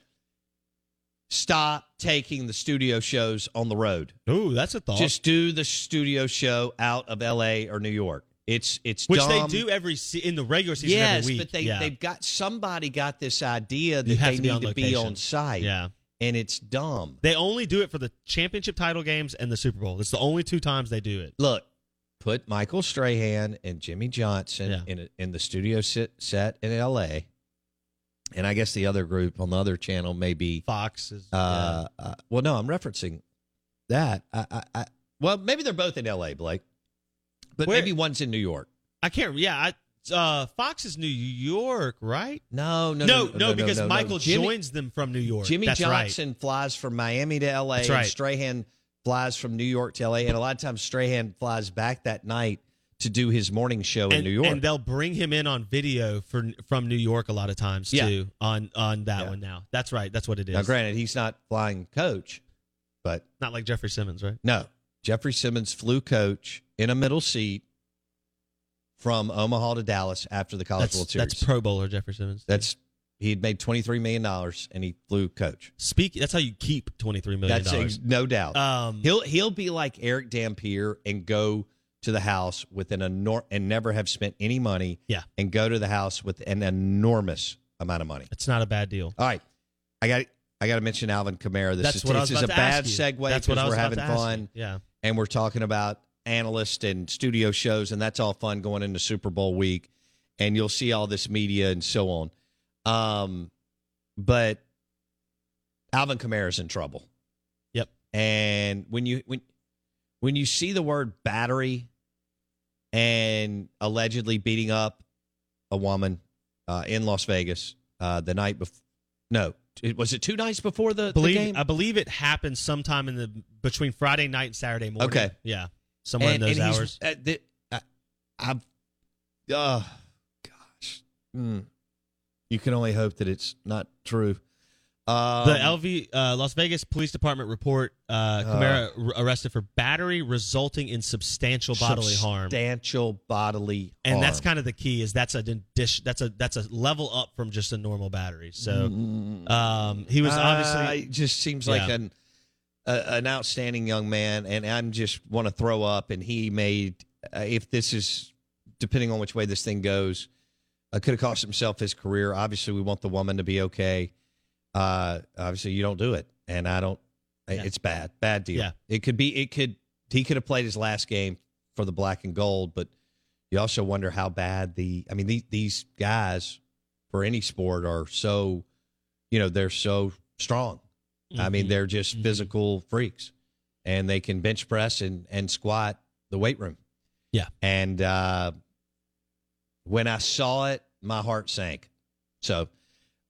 S5: Stop taking the studio shows on the road.
S1: Ooh, that's a thought.
S5: Just do the studio show out of L.A. or New York. It's it's
S1: which
S5: dumb.
S1: they do every se- in the regular season
S5: Yes,
S1: every week.
S5: but they
S1: yeah.
S5: they've got somebody got this idea that
S1: You have
S5: they
S1: to be
S5: need
S1: on
S5: to be
S1: location.
S5: on site.
S1: Yeah.
S5: and it's dumb.
S1: They only do it for the championship title games and the Super Bowl. It's the only two times they do it.
S5: Look, put Michael Strahan and Jimmy Johnson
S1: Yeah.
S5: in a, in the studio sit, set in L.A. And I guess the other group on the other channel may be
S1: Fox is
S5: Uh, uh, well, no, I'm referencing that. I, I, I, well, maybe they're both in L.A., Blake, but
S1: Where-
S5: maybe one's in New York.
S1: I can't. Yeah, I, uh, Fox is New York, right?
S5: No, no,
S1: No, no, because
S5: no, no.
S1: Michael
S5: Jimmy-
S1: joins them from New York.
S5: Jimmy
S1: That's right.
S5: Johnson flies from Miami to L.A.
S1: That's right.
S5: and Strahan flies from New York to L.A. And a lot of times Strahan flies back that night to do his morning show in
S1: and,
S5: New York.
S1: and they'll bring him in on video for, from New York a lot of times
S5: Yeah.
S1: too. On on that
S5: Yeah.
S1: one now. That's right. That's what it is.
S5: now, granted, he's not flying coach, but
S1: Not like Jeffrey Simmons, right?
S5: no, Jeffrey Simmons flew coach in a middle seat from Omaha to Dallas after the College World
S1: That's,
S5: Series.
S1: that's Pro Bowler Jeffrey Simmons.
S5: That's he had made twenty three million dollars and he flew coach.
S1: Speak. That's how you keep twenty three million
S5: That's
S1: dollars.
S5: ex- no doubt.
S1: Um,
S5: he'll he'll be like Eric Dampier and go to the house with an enormous and never have spent any money.
S1: Yeah.
S5: and go to the house with an enormous amount of money.
S1: It's not a bad deal.
S5: All right, I got I got to mention Alvin Kamara. This
S1: that's
S5: is
S1: what I was
S5: this is a
S1: about to
S5: bad
S1: ask you.
S5: segue
S1: That's what I
S5: because
S1: was
S5: we're
S1: about
S5: having
S1: to ask
S5: fun
S1: you. Yeah.
S5: and we're talking about analysts and studio shows, and that's all fun going into Super Bowl week, and you'll see all this media and so on. Um, but Alvin Kamara's in trouble,
S1: Yep.
S5: and when you when when you see the word battery and allegedly beating up a woman uh, in Las Vegas uh, the night before, no, it- was it two nights before the, the
S1: Believe
S5: game?
S1: I believe it happened sometime in the between Friday night and Saturday morning.
S5: Okay.
S1: Yeah. Somewhere in those
S5: he's-
S1: hours.
S5: uh, the- I, I've, oh gosh, Mm. you can only hope that it's not true. Um,
S1: the LV uh, Las Vegas Police Department report uh, Kamara r- arrested for battery resulting in substantial bodily harm.
S5: substantial bodily
S1: And
S5: harm.
S1: that's kind of the key is that's a dish that's a that's a level up from just a normal battery. So
S5: Mm.
S1: um, he was
S5: Uh,
S1: obviously
S5: it just seems like
S1: Yeah.
S5: an a, an outstanding young man, and I'm just want to throw up. And he made uh, if this is depending on which way this thing goes, uh, could have cost himself his career. Obviously, we want the woman to be okay. Uh, obviously, you don't do it, and I don't. I-
S1: Yeah.
S5: It's bad, bad deal.
S1: Yeah.
S5: It could be. It could. He could have played his last game for the black and gold, but you also wonder how bad the. I mean, the, these guys for any sport are so you know they're so strong i mean
S1: Mhm.
S5: they're just
S1: Mhm.
S5: physical freaks and they can bench press and and squat the weight room
S1: Yeah.
S5: and uh when i saw it my heart sank so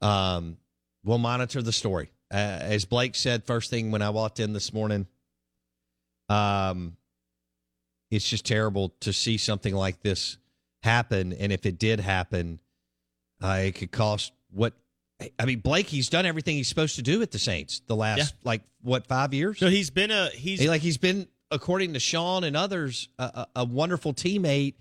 S5: um we'll monitor the story uh, as blake said first thing when i walked in this morning um it's just terrible to see something like this happen and if it did happen uh, it could cost what I mean, Blake, he's done everything he's supposed to do at the Saints the last
S1: Yeah.
S5: like what five years.
S1: so he's been a he's
S5: He- like he's been, according to Sean and others, a, a, a wonderful teammate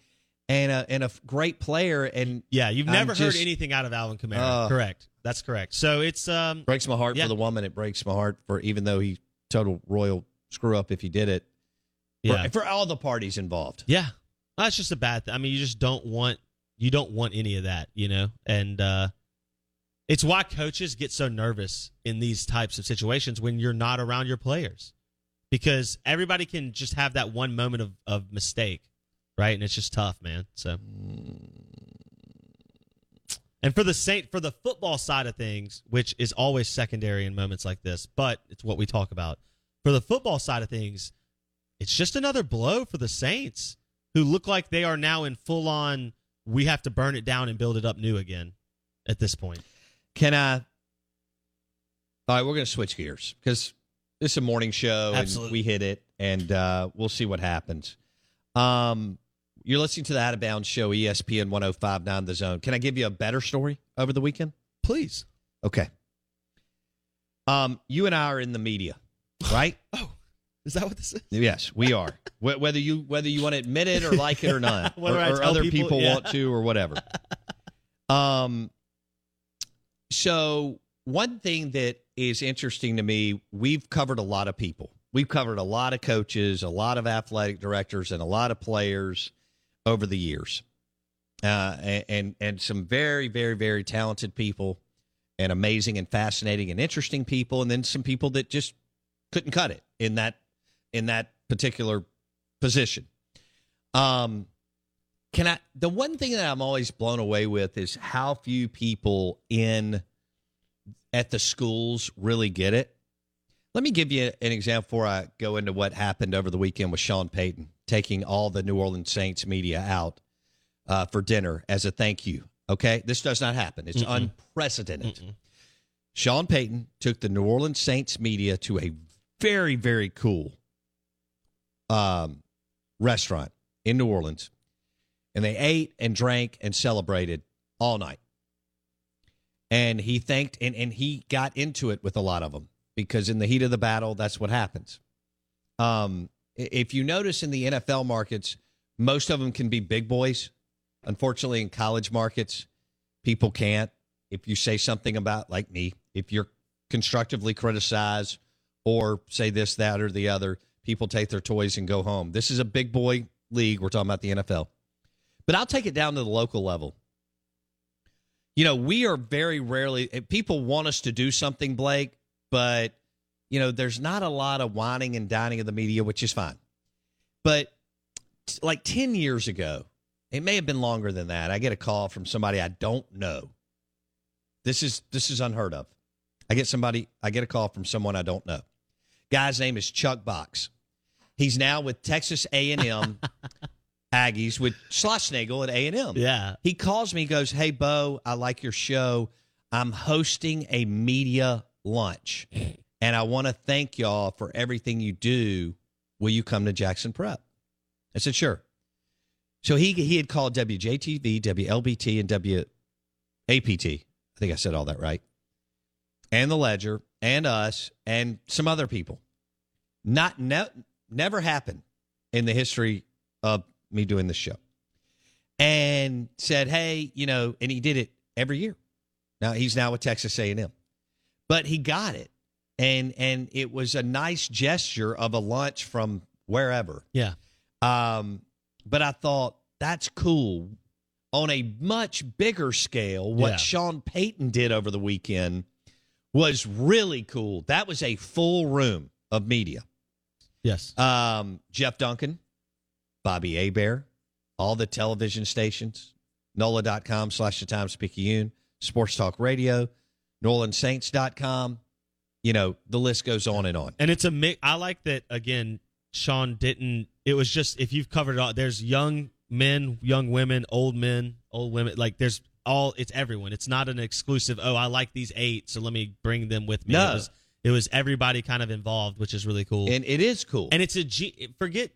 S5: and a and a f- great player. And
S1: yeah you've
S5: I'm
S1: never heard
S5: just-
S1: anything out of Alvin Kamara
S5: Uh,
S1: correct that's correct so it's um
S5: breaks my heart
S1: Yeah.
S5: for the woman. It breaks my heart for even though he total royal screw up if he did it. For-
S1: yeah
S5: for all the parties involved.
S1: Yeah. That's just a bad thing. I mean, you just don't want you don't want any of that, you know? And uh It's why coaches get so nervous in these types of situations when you're not around your players because everybody can just have that one moment of, of mistake, right? And it's just tough, man. So, and for the Saint, for the football side of things, which is always secondary in moments like this, but it's what we talk about. For the football side of things, it's just another blow for the Saints, who look like they are now in full on. We have to burn it down and build it up new again. At this point,
S5: Can I? All right, we're going to switch gears because this is a morning show
S1: Absolutely.
S5: and we hit it, and uh, we'll see what happens. Um, you're listening to the Out of Bounds Show, E ESPN 105.9 The Zone. Can I give you a better story over the weekend?
S1: Please.
S5: Okay. Um, you and I are in the media, right?
S1: oh, is that what this is?
S5: Yes, we are. Wh- whether you whether you want to admit it or like it or not, or,
S1: <laughs> Whether I
S5: or
S1: tell
S5: other people,
S1: people, yeah.
S5: want to or whatever. Um. So one thing that is interesting to me, we've covered a lot of people. We've covered a lot of coaches, a lot of athletic directors, and a lot of players over the years, uh, and, and and some very very very talented people, and amazing and fascinating and interesting people, and then some people that just couldn't cut it in that in that particular position. Um, can I? The one thing that I'm always blown away with is how few people in at the schools really get it. Let me give you an example before I go into what happened over the weekend with Sean Payton taking all the New Orleans Saints media out uh, for dinner as a thank you. Okay, this does not happen. It's
S1: Mm-mm.
S5: unprecedented. Sean Payton took the New Orleans Saints media to a very, very cool um, restaurant in New Orleans, and they ate and drank and celebrated all night. And he thanked and, and he got into it with a lot of them because in the heat of the battle, that's what happens. Um, i- if you notice in the NFL markets, most of them can be big boys. Unfortunately, in college markets, people can't. If you say something about, like me, if you're constructively criticized or say this, that, or the other, people take their toys and go home. This is a big boy league. We're talking about the NFL. But I'll take it down to the local level. You know, we are very rarely, eh, people want us to do something, Blake, but, you know, there's not a lot of whining and dining of the media, which is fine. But t- like 10 years ago, it may have been longer than that. I get a call from somebody I don't know. This is this is unheard of. I get somebody I get a call from someone I don't know. Guy's name is Chuck Box. He's now with Texas A&M Aggies with Schlossnagel at A&M.
S1: Yeah.
S5: He calls me, goes, "Hey Bo, I like your show. I'm hosting a media lunch, and I want to thank y'all for everything you do. Will you come to Jackson Prep?" I said, "Sure." So he he had called WJTV, WLBT, and WAPT. I think I said all that right. And the Ledger, and us, and some other people. Not ne- never happened in the history of me doing this show and said, "Hey, you know," and he did it every year. Now he's now with Texas A&M, but he got it, and and it was a nice gesture of a lunch from wherever.
S1: Yeah.
S5: Um, but I thought that's cool. On a much bigger scale, what
S1: Yeah.
S5: Sean Payton did over the weekend was really cool. That was a full room of media.
S1: Yes.
S5: Um, Jeff Duncan, Bobby Abear, all the television stations, NOLA.com slash the Times Picayune, Sports Talk Radio, NorlandSaints.com. You know, the list goes on and on.
S1: And it's a mix. I like that again. Sean didn't. It was just if you've covered it all. There's young men, young women, old men, old women. Like there's all. It's everyone. It's not an exclusive. Oh, I like these eight, so let me bring them with me.
S5: No.
S1: It was, it was everybody kind of involved, which is really cool.
S5: And it is cool.
S1: And it's a G. Forget,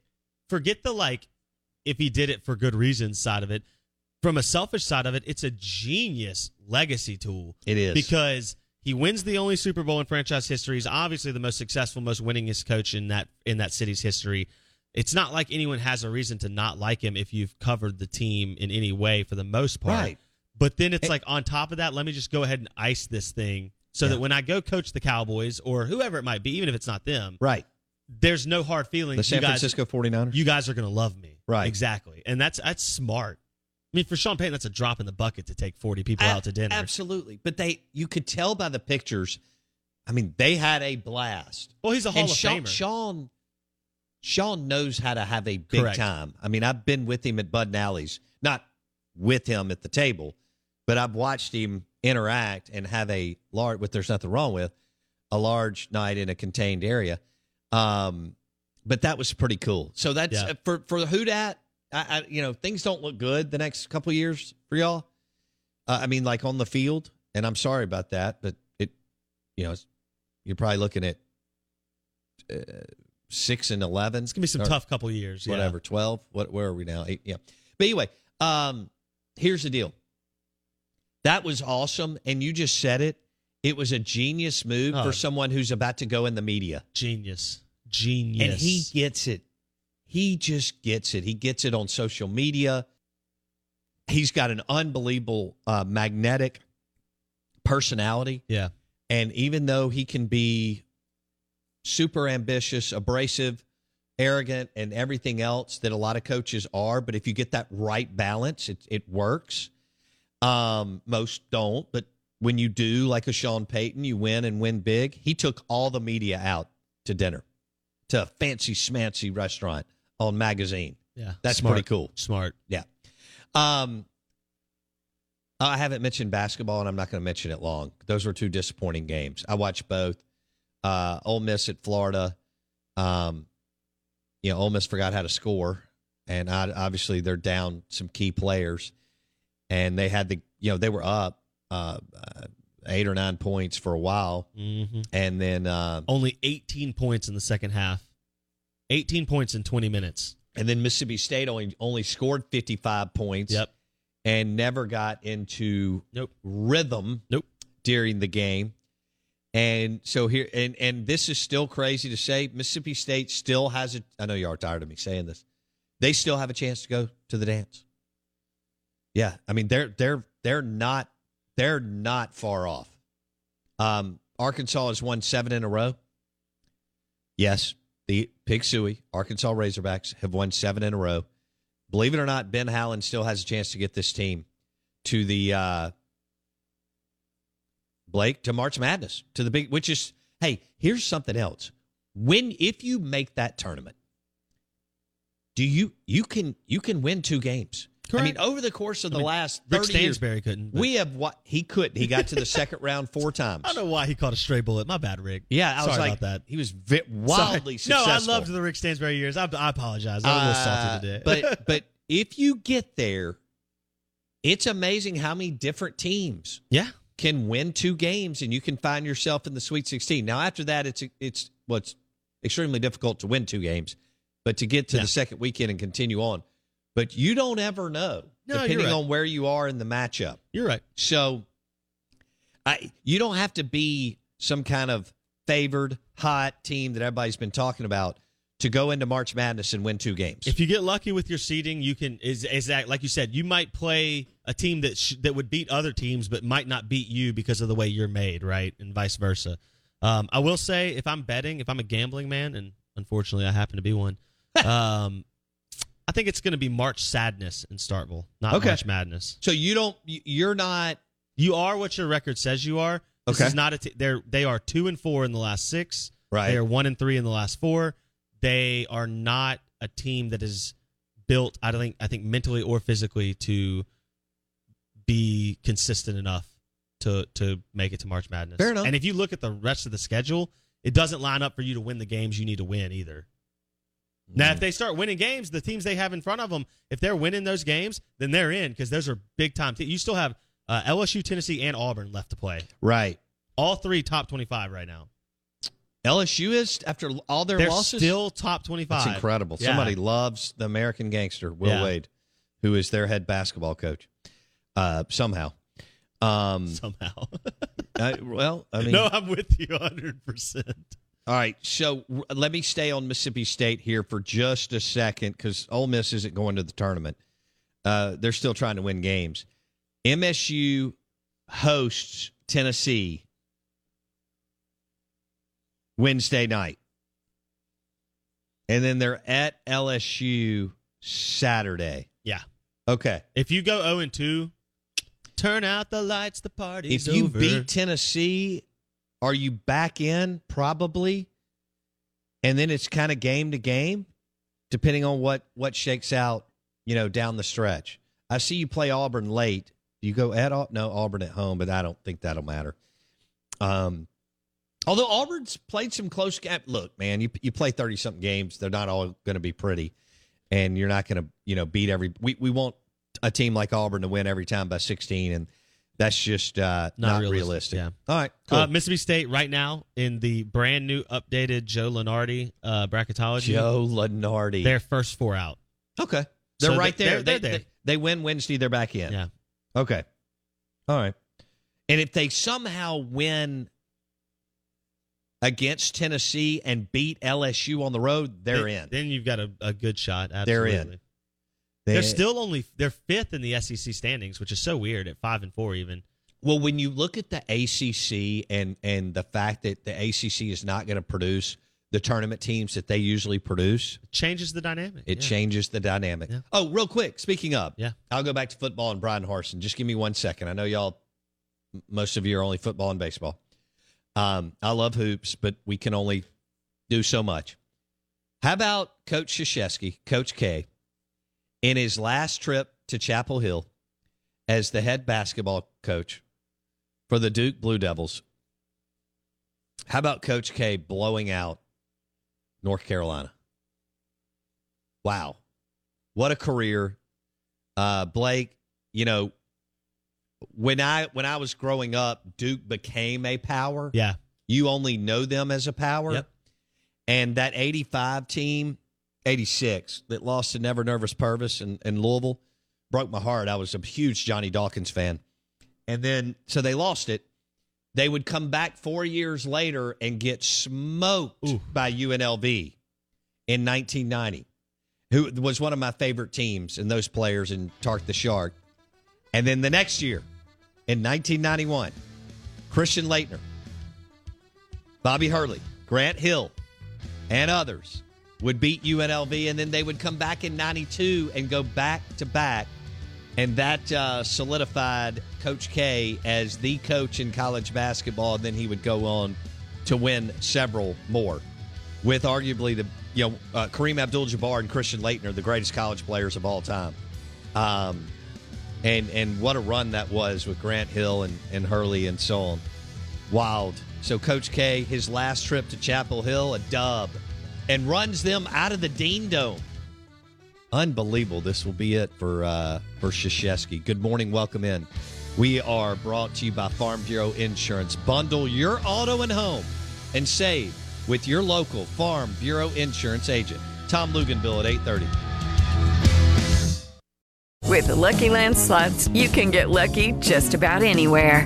S1: forget the like. If he did it for good reasons side of it, from a selfish side of it, it's a genius legacy tool.
S5: It is.
S1: because he wins the only Super Bowl in franchise history. He's obviously the most successful, most winningest coach in that in that city's history. It's not like anyone has a reason to not like him if you've covered the team in any way for the most part.
S5: Right.
S1: But then it's like on top of that, let me just go ahead and ice this thing so that when I go coach the Cowboys or whoever it might be, even if it's not them,
S5: Right.
S1: there's no hard feelings.
S5: The San
S1: you guys,
S5: Francisco 49ers.
S1: you guys are going to love me.
S5: Right.
S1: Exactly. And that's that's smart. I mean, for Sean Payton, that's a drop in the bucket to take 40 people out to dinner.
S5: Absolutely. But they you could tell by the pictures. I mean, they had a blast.
S1: Well, he's a Hall
S5: and
S1: of
S5: Sean,
S1: Famer.
S5: Sean Sean knows how to have a big
S1: Correct.
S5: time. I mean, I've been with him at Bud and Alley's, not with him at the table, but I've watched him interact and have a large what there's nothing wrong with, a large night in a contained area. Um, but that was pretty cool. So that's
S1: Yeah.
S5: uh, for for who dat. I, I you know things don't look good the next couple of years for y'all. Uh, I mean, like on the field, and I'm sorry about that, but it, you know, it's, you're probably looking at uh, six and eleven. It's
S1: gonna be some tough couple years, yeah.
S5: Whatever, twelve. What? Where are we now? Eight, yeah. But anyway, um, here's the deal. That was awesome, and you just said it. It was a genius move
S1: Oh.
S5: for someone who's about to go in the media.
S1: Genius. Genius.
S5: And he gets it. He just gets it. He gets it on social media. He's got an unbelievable uh, magnetic personality.
S1: Yeah.
S5: And even though he can be super ambitious, abrasive, arrogant, and everything else that a lot of coaches are, but if you get that right balance, it, it works. Um, most don't, but when you do, like a Sean Payton, you win and win big. He took all the media out to dinner to a fancy smancy restaurant on magazine.
S1: Yeah.
S5: That's
S1: Smart.
S5: pretty cool.
S1: Smart.
S5: Yeah. Um I haven't mentioned basketball and I'm not going to mention it long. Those were two disappointing games. I watched both. Uh Ole Miss at Florida. Um you know, Ole Miss forgot how to score and I, obviously they're down some key players and they had the you know, they were up uh, uh 8 or 9 points for a while
S1: Mhm.
S5: and then uh
S1: Only 18 points in the second half. 18 points in 20 minutes.
S5: And then Mississippi State only only scored 55 points.
S1: Yep.
S5: And never got into rhythm
S1: nope.
S5: during the game. And so here and and this is still crazy to say Mississippi State still has a I know you are tired of me saying this. They still have a chance to go to the dance. Yeah, I mean they're they're they're not they're not far off. Um Arkansas has won 7 in a row. Yes, the Pig Suey, Arkansas Razorbacks have won seven in a row. Believe it or not, Ben Howland still has a chance to get this team to the uh, Blake to March Madness to the big, which is hey, here's something else. When if you make that tournament, do you you can you can win two games? I mean, over the course of the last
S1: Rick
S5: 30 years-
S1: Stansberry couldn't, but-
S5: We have what he couldn't. He got to the second round four times.
S1: <laughs> I don't know why he caught a stray bullet. My bad, Rick.
S5: Yeah, I was
S1: Sorry
S5: like-
S1: about that.
S5: He was vi- wildly
S1: Sorry.
S5: successful.
S1: <laughs> No, I loved the Rick Stansberry years. I, I apologize. I'm a little
S5: Uh,
S1: salty today. <laughs>
S5: but but if you get there, it's amazing how many different teams
S1: yeah,
S5: can win two games and you can find yourself in the Sweet 16. Now after that, it's it's what's extremely difficult to win two games, but to get to the second weekend and continue on. But you don't ever know
S1: No, you're
S5: depending
S1: right.
S5: on where you are in the matchup.
S1: You're right.
S5: So I you don't have to be some kind of favored hot team that everybody's been talking about to go into March Madness and win two games.
S1: If you get lucky with your seeding, you can is is that like you said, you might play a team that sh- that would beat other teams, but might not beat you because of the way you're made, right, and vice versa. Um, I will say, if I'm betting, if I'm a gambling man, and unfortunately I happen to
S5: <laughs>
S1: be one, um, I think it's going to be March Sadness in Startville, not
S5: Okay.
S1: March Madness.
S5: So you don't, you- you're not.
S1: You are what your record says you are. This
S5: Okay.
S1: is not a. T- they're they are two and four in the last six.
S5: Right.
S1: They are one and three in the last four. They are not a team that is built. I don't think. I think mentally or physically to be consistent enough to to make it to March Madness.
S5: Fair enough.
S1: And if you look at the rest of the schedule, it doesn't line up for you to win the games you need to win either. Now,
S5: Mm.
S1: if they start winning games, the teams they have in front of them, if they're winning those games, then they're in because those are big time. Te- you still have uh, LSU, Tennessee, and Auburn left to play.
S5: Right.
S1: All three top twenty-five right now.
S5: LSU is after all their
S1: They're
S5: losses.
S1: still top twenty-five.
S5: That's incredible.
S1: Yeah.
S5: Somebody loves the American gangster Will
S1: Yeah.
S5: Wade, who is their head basketball coach. Uh, somehow. Um,
S1: <laughs> somehow.
S5: I- uh, well,
S1: <laughs>
S5: <laughs> I mean,
S1: no, I'm with you hundred percent.
S5: All right, so r- let me stay on Mississippi State here for just a second because Ole Miss isn't going to the tournament. Uh, they're still trying to win games. MSU hosts Tennessee Wednesday night, and then they're at LSU Saturday.
S1: Yeah,
S5: Okay.
S1: If you go 0 and 2, turn out the lights, the party's
S5: if you
S1: over.
S5: beat Tennessee, are you back in probably? And then it's kind of game to game, depending on what what shakes out, you know, down the stretch. I see you play Auburn late. Do you go at Au- no Auburn at home? But I don't think that'll matter. Um, although Auburn's played some close gap. Look, man, you you play thirty something games. They're not all going to be pretty, and you're not going to you know beat every. We we want a team like Auburn to win every time by sixteen, and that's just uh, not, realistic.
S1: Yeah.
S5: All right. Cool.
S1: Uh, Mississippi State right now in the brand new updated Joe Lenardi uh, bracketology.
S5: Joe Lenardi.
S1: Their first four out.
S5: okay. They're
S1: So
S5: right
S1: they-
S5: there.
S1: they're-
S5: They,
S1: they're there.
S5: they- they win Wednesday. They're back in.
S1: Yeah.
S5: Okay. All right. And if they somehow win against Tennessee and beat LSU on the road, they're
S1: Then-
S5: in.
S1: Then you've got a, a good shot.
S5: They're
S1: Absolutely.
S5: in.
S1: They're, still only they're fifth in the SEC standings, which is so weird at five and four even.
S5: Well, when you look at the ACC and and the fact that the ACC is not going to produce the tournament teams that they usually produce,
S1: Changes the dynamic.
S5: it
S1: yeah.
S5: changes the dynamic.
S1: Yeah.
S5: Oh, real quick, speaking of,
S1: Yeah.
S5: I'll go back to football and Brian Harson. Just give me one second. I know y'all, m- most of you are only football and baseball. Um, I love hoops, but we can only do so much. How about Coach Shashesky, Coach K, in his last trip to Chapel Hill as the head basketball coach for the Duke Blue Devils? How about Coach K blowing out North Carolina? Wow. What a career. Uh, Blake, you know, when I when I was growing up, Duke became a power.
S1: Yeah.
S5: You only know them as a power.
S1: Yep.
S5: And that 85 team, 86, that lost to Never Nervous Purvis and, and Louisville broke my heart. I was a huge Johnny Dawkins fan. And then, so they lost it. They would come back four years later and get smoked by UNLV in 1990, who was one of my favorite teams and those players in Tark the Shark. And then the next year, in 1991, Christian Leitner, Bobby Hurley, Grant Hill, and others would beat UNLV, and then they would come back in 92 and go back to back. And that uh, solidified Coach K as the coach in college basketball. And then he would go on to win several more with arguably the, you know, uh, Kareem Abdul Jabbar and Christian Leitner, the greatest college players of all time. Um, and and what a run that was with Grant Hill and, and Hurley and so on. Wild. So Coach K, his last trip to Chapel Hill, a dub, and runs them out of the Dean Dome. Unbelievable. This will be it for uh, for Shashesky. Good morning. Welcome in. We are brought to you by Farm Bureau Insurance. Bundle your auto and home and save with your local Farm Bureau Insurance agent. Tom Luganville at 830.
S7: With the Lucky Land slots, you can get lucky just about anywhere.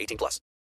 S20: 18 plus.